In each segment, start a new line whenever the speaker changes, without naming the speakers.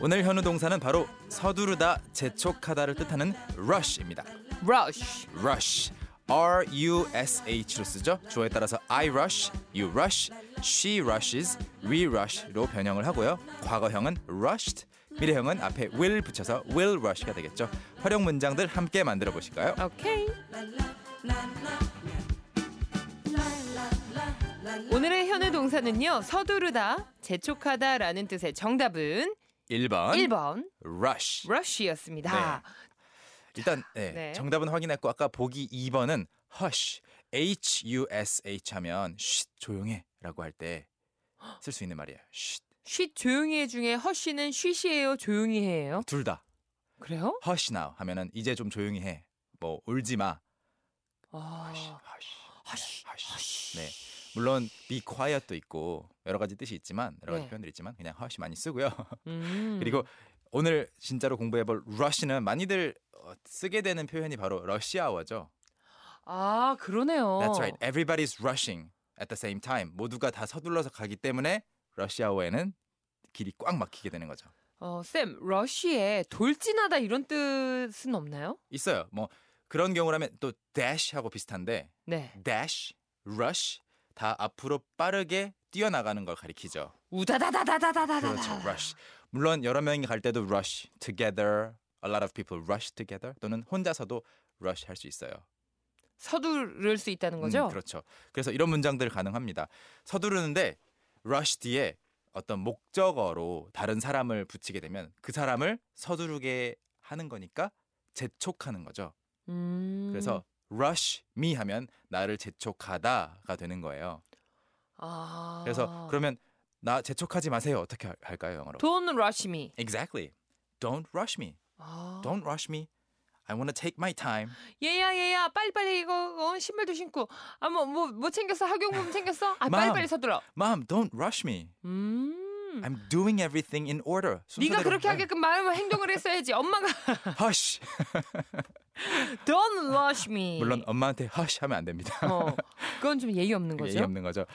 오늘 현우 동사는 바로 서두르다, 재촉하다를 뜻하는 rush입니다.
rush
rush. R U S H로 쓰죠. 주어에 따라서 I rush, you rush, she rushes, we rush로 변형을 하고요. 과거형은 rushed, 미래형은 앞에 will 붙여서 will rush가 되겠죠. 활용 문장들 함께 만들어 보실까요?
오케이 오늘의 현우 동사는요 서두르다 재촉하다라는 뜻의 정답은
1번
1번
rush. 네.
rush였습니다
일단 네,
네.
정답은 확인했고 아까 보기 2번은 hush, H U S H 하면 쉿 조용해라고 할 때 쓸 수 있는 말이에요.
쉿 조용히 해 중에 허쉬는 쉬시에요 조용히 해요
쉿둘 다.
그래요?
hush now 하면은 이제 좀 조용히 해. 뭐 울지 마.
아,
hush.
허쉬
hush. 네. 물론 be quiet도 있고 여러 가지 뜻이 있지만 여러 가지
네.
표현들이 있지만 그냥 hush 많이 쓰고요.
음.
그리고 오늘 진짜로 공부해 볼 rush는 많이들 어, 쓰게 되는 표현이 바로 러시아어죠.
아 그러네요
That's right. Everybody's rushing at the same time. 모두가 다 서둘러서 가기 때문에 러시아어에는 길이 꽉 막히게 되는 거죠.
어, 쌤 러쉬에 돌진하다 이런 뜻은 없나요?
있어요. 뭐 그런 경우라면 또 dash 하고 비슷한데
네
dash, rush 다 앞으로 빠르게 뛰어나가는 걸 가리키죠.
우다다다다다다다다
그렇죠. rush. 물론 여러 명이 갈 때도 rush together. A lot of people rush together 또는 혼자서도 rush 할 수 있어요.
서두를 수 있다는 거죠?
음, 그렇죠. 그래서 이런 문장들 가능합니다. 서두르는데 rush 뒤에 어떤 목적어로 다른 사람을 붙이게 되면 그 사람을 서두르게 하는 거니까 재촉하는 거죠.
음.
그래서 rush me 하면 나를 재촉하다가 되는 거예요.
아.
그래서 그러면 나 재촉하지 마세요. 어떻게 할- 할까요, 영어로?
Don't rush me.
Exactly. Don't rush me.
아.
Don't rush me. I want to take my time.
얘야 얘야 빨리빨리 이거 어, 신발도 신고 아뭐뭐 뭐 챙겼어 학용품 챙겼어 아
Mom.
빨리빨리 서둘러
Mom, don't rush me.
음
I'm doing everything in order.
네가
순서대로
그렇게
해.
하게끔 마음을 행동을 했어야지 엄마가
Hush.
Don't rush me
물론 엄마한테 hush 하면 안 됩니다.
어 그건 좀 예의 없는
그게
거죠
예의 없는 거죠.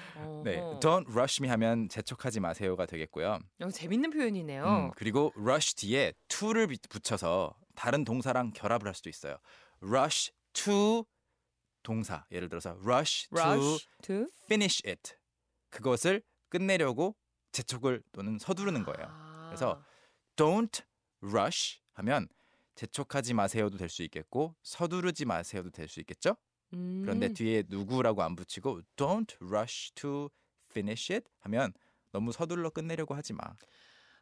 네,
어허.
don't rush me 하면 재촉하지 마세요가 되겠고요.
어, 재밌는 표현이네요
음, 그리고 rush 뒤에 to를 비- 붙여서 다른 동사랑 결합을 할 수도 있어요. rush to 동사 예를 들어서 rush, to
rush to
finish it 그것을 끝내려고 재촉을 또는 서두르는 거예요.
아.
그래서 don't rush 하면 재촉하지 마세요도 될 수 있겠고 서두르지 마세요도 될 수 있겠죠?
음.
그런데 뒤에 누구라고 안 붙이고 don't rush to finish it 하면 너무 서둘러 끝내려고 하지 마.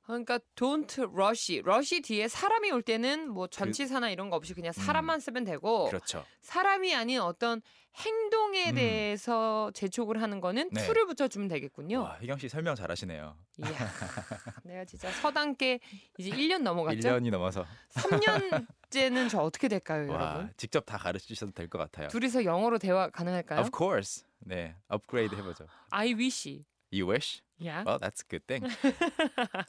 그러니까 don't rush rush 뒤에 사람이 올 때는 뭐 전치사나 이런 거 없이 그냥 사람만 쓰면 되고
그 음. 그렇죠.
사람이 아닌 어떤 행동에
음.
대해서 재촉을 하는 거는
네.
to를 붙여주면 되겠군요.
와, 혜경 씨 설명 잘하시네요.
이야, 내가 진짜 서당께 이제 1년 넘어갔죠?
1년이 넘어서
3년째는 저 어떻게 될까요,
와,
네, 여러분?
직접 다 가르쳐 주셔도 될 것 같아요.
둘이서 영어로 대화 가능할까요?
Of course. 네, 업그레이드 해보죠.
I wish.
You wish?
야.
Well, that's a good thing.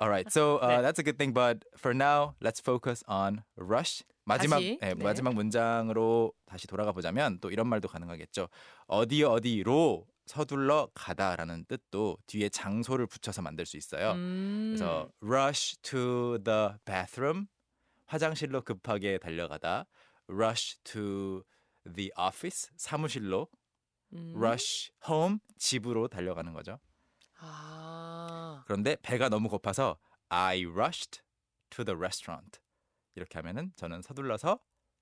All right, so uh,
네.
that's a good thing. But for now, let's focus on rush. 마지막
다시,
예,
네.
마지막 문장으로 다시 돌아가 보자면 또 이런 말도 가능하겠죠. 어디 어디로 서둘러 가다라는 뜻도 뒤에 장소를 붙여서 만들 수 있어요.
음.
그래서 rush to the bathroom 화장실로 급하게 달려가다. rush to the office 사무실로
음.
rush home 집으로 달려가는 거죠.
아.
그런데 배가 너무 고파서 I rushed to the restaurant. 이렇게 하면은 저는 서둘러서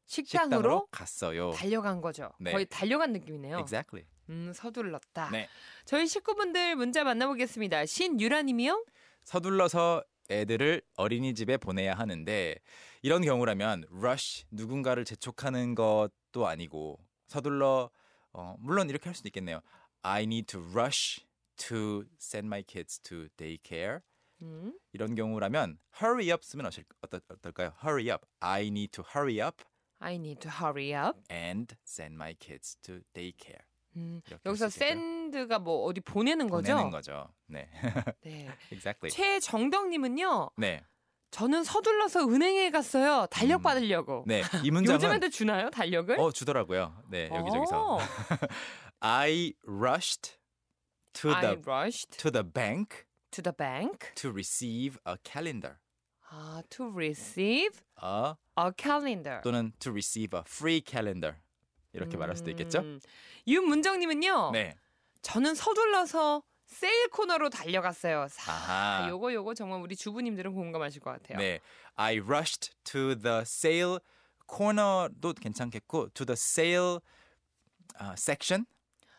식당으로,
식당으로
갔어요.
달려간 거죠.
네.
거의 달려간 느낌이네요.
Exactly.
음, 서둘렀다.
네.
저희 식구분들 문자 만나보겠습니다. 신유라님이요.
서둘러서 애들을 어린이집에 보내야 하는데 이런 경우라면 rush 누군가를 재촉하는 것도 아니고 서둘러 어, 물론 이렇게 할 수도 있겠네요. I need to rush to send my kids to daycare.
음.
이런 경우라면 hurry up 쓰면 어떨, 어떨- 어떨까요? hurry up. I need to hurry up
I need to hurry up.
and send my kids to daycare.
음,
이렇게
여기서
할 수 있겠고요.
샌드가 뭐 어디 보내는 거죠?
보내는 거죠. 네,
네.
exactly.
최정덕님은요.
네,
저는 서둘러서 은행에 갔어요. 달력
음.
받으려고.
네, 이 문장은
요즘에도 주나요 달력을?
어 주더라고요. 네, 여기저기서.
어,
I rushed to the
I rushed
to the bank
to the bank
to receive a calendar.
아, to receive
어,
a calendar.
또는 to receive a free calendar. 이렇게 말할 수도 있겠죠?
음. 어. 윤문정님은요.
네.
저는 서둘러서 세일 코너로 달려갔어요. 사,
아하.
요거 요거 정말 우리 주부님들은 공감하실 것 같아요.
네. I rushed to the sale corner도 괜찮겠고 to the sale 아, section,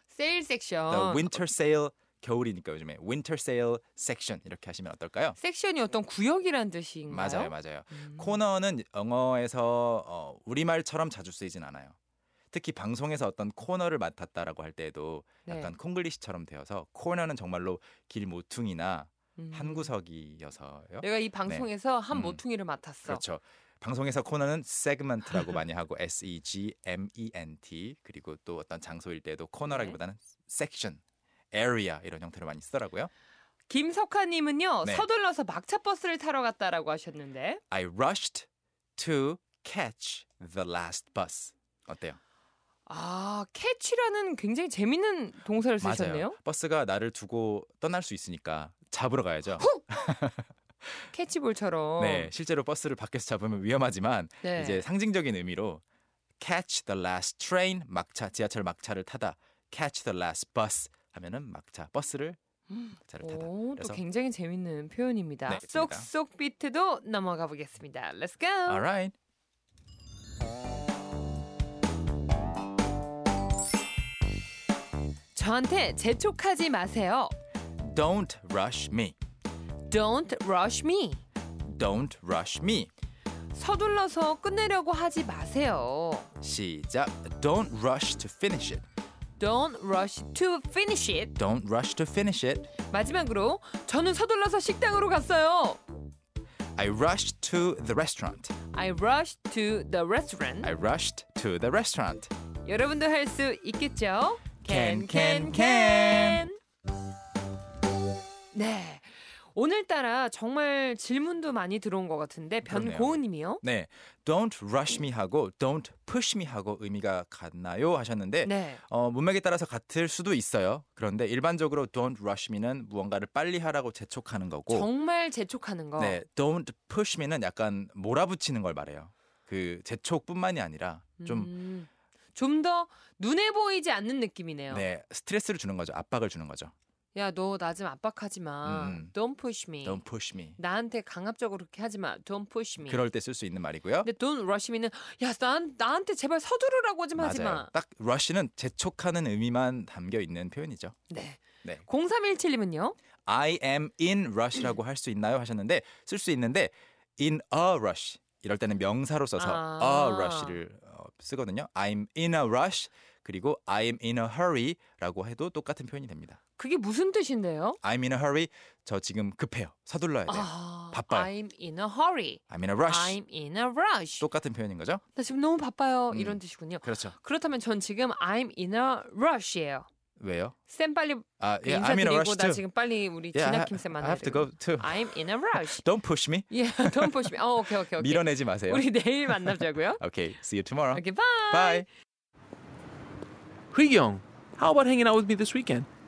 세일
the
섹션.
winter sale 겨울이니까 요즘에 winter sale section 이렇게 하시면 어떨까요?
섹션이 어떤 구역이란 뜻인가요?
맞아요, 맞아요.
음.
코너는 영어에서 어, 우리말처럼 자주 쓰이진 않아요. 특히 방송에서 어떤 코너를 맡았다라고 할 때에도
네.
약간 콩글리시처럼 되어서 코너는 정말로 길 모퉁이나
음. 그렇죠.
한 구석이어서요.
내가 이 방송에서 한
그러니까? 음.
모퉁이를 맡았어.
그렇죠. 방송에서 코너는 세그먼트라고 많이 하고 S E G M E N T 그리고 또 어떤 장소일
네.
때도 코너라기보다는 섹션, area 이런 형태로 많이 쓰더라고요.
김석하님은요
네.
서둘러서 막차 버스를 타러 갔다라고 하셨는데
I rushed to catch the last bus. 어때요?
아 캐치라는 굉장히 재밌는 동사를 쓰셨네요.
맞아요. 버스가 나를 두고 떠날 수 있으니까 잡으러 가야죠.
캐치볼처럼.
네, 실제로 버스를 밖에서 잡으면 위험하지만
어. 네.
이제 상징적인 의미로 catch the last train 막차 지하철 막차를 타다 catch the last bus 하면은 막차 버스를 막차를 타다.
오, 또
그래서
굉장히 재밌는 표현입니다.
네, 그렇습니다.
쏙쏙 비트도 넘어가 보겠습니다. Let's go.
alright.
저한테 재촉하지 마세요.
Don't rush me.
Don't rush me.
Don't rush me.
서둘러서 끝내려고 하지 마세요.
시작. Don't rush to finish it.
Don't rush to finish it.
Don't rush to finish it.
마지막으로 저는 서둘러서 식당으로 갔어요.
I rushed to the restaurant.
I rushed to the restaurant.
I rushed to the restaurant.
여러분도 할 수 있겠죠?
Can,
can,
can, can.
네. 오늘따라 정말 질문도 많이 들어온 것 같은데
그러네요.
변고은님이요.
네, don't rush me 하고 don't push me 하고 의미가 같나요 하셨는데
네.
어, 문맥에 따라서 같을 수도 있어요. 그런데 일반적으로 don't rush me는 무언가를 빨리 하라고 재촉하는 거고,
정말 어. 재촉하는 거.
네, don't push me는 약간 몰아붙이는 걸 말해요. 그 재촉뿐만이 아니라
음,
좀
좀 더 눈에 보이지 않는 느낌이네요.
네, 스트레스를 주는 거죠. 압박을 주는 거죠.
야, 너 나 좀 압박하지 마.
음.
Don't push me.
don't push me.
나한테 강압적으로 그렇게 하지 마. Don't push me.
그럴 때 쓸 수 있는 말이고요.
네. 근데 don't rush me는 야, 난 나한테 제발 서두르라고 좀 하지
맞아요.
마.
딱 rush는 재촉하는 의미만 담겨 있는 표현이죠.
네.
네.
0317님은요?
I am in rush라고 할 수 있나요 하셨는데 쓸 수 있는데 in a rush 이럴 때는 명사로 써서
아.
a rush를 어, 쓰거든요. I'm in a rush 그리고 I'm in a hurry라고 해도 똑같은 표현이 됩니다.
그게 무슨 뜻인데요?
I'm in a hurry. 저 지금 급해요. 서둘러야 돼요.
아,
네. 바빠요.
I'm in a hurry.
I'm in a rush.
I'm in a rush.
똑같은 표현인 거죠?
나 지금 너무 바빠요.
음.
이런 뜻이군요.
그렇죠.
그렇다면 전 지금 I'm in a rush예요.
왜요?
쌤 빨리
아, yeah, I'm in a rush
그 인사드리고 나
too.
지금 빨리 우리
Yeah, I-
진학김 쌤
I
만나야
have to
돼.
go too.
I'm in a rush.
Don't push me.
예, yeah, don't push me. 어, 오케이, 오케이, 오케이.
밀어내지 마세요.
우리 내일 만나자고요.
Okay, see you tomorrow.
오케이, 바이.
Bye.
Young, how about hanging out with me this weekend?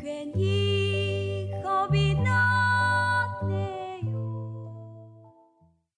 괜히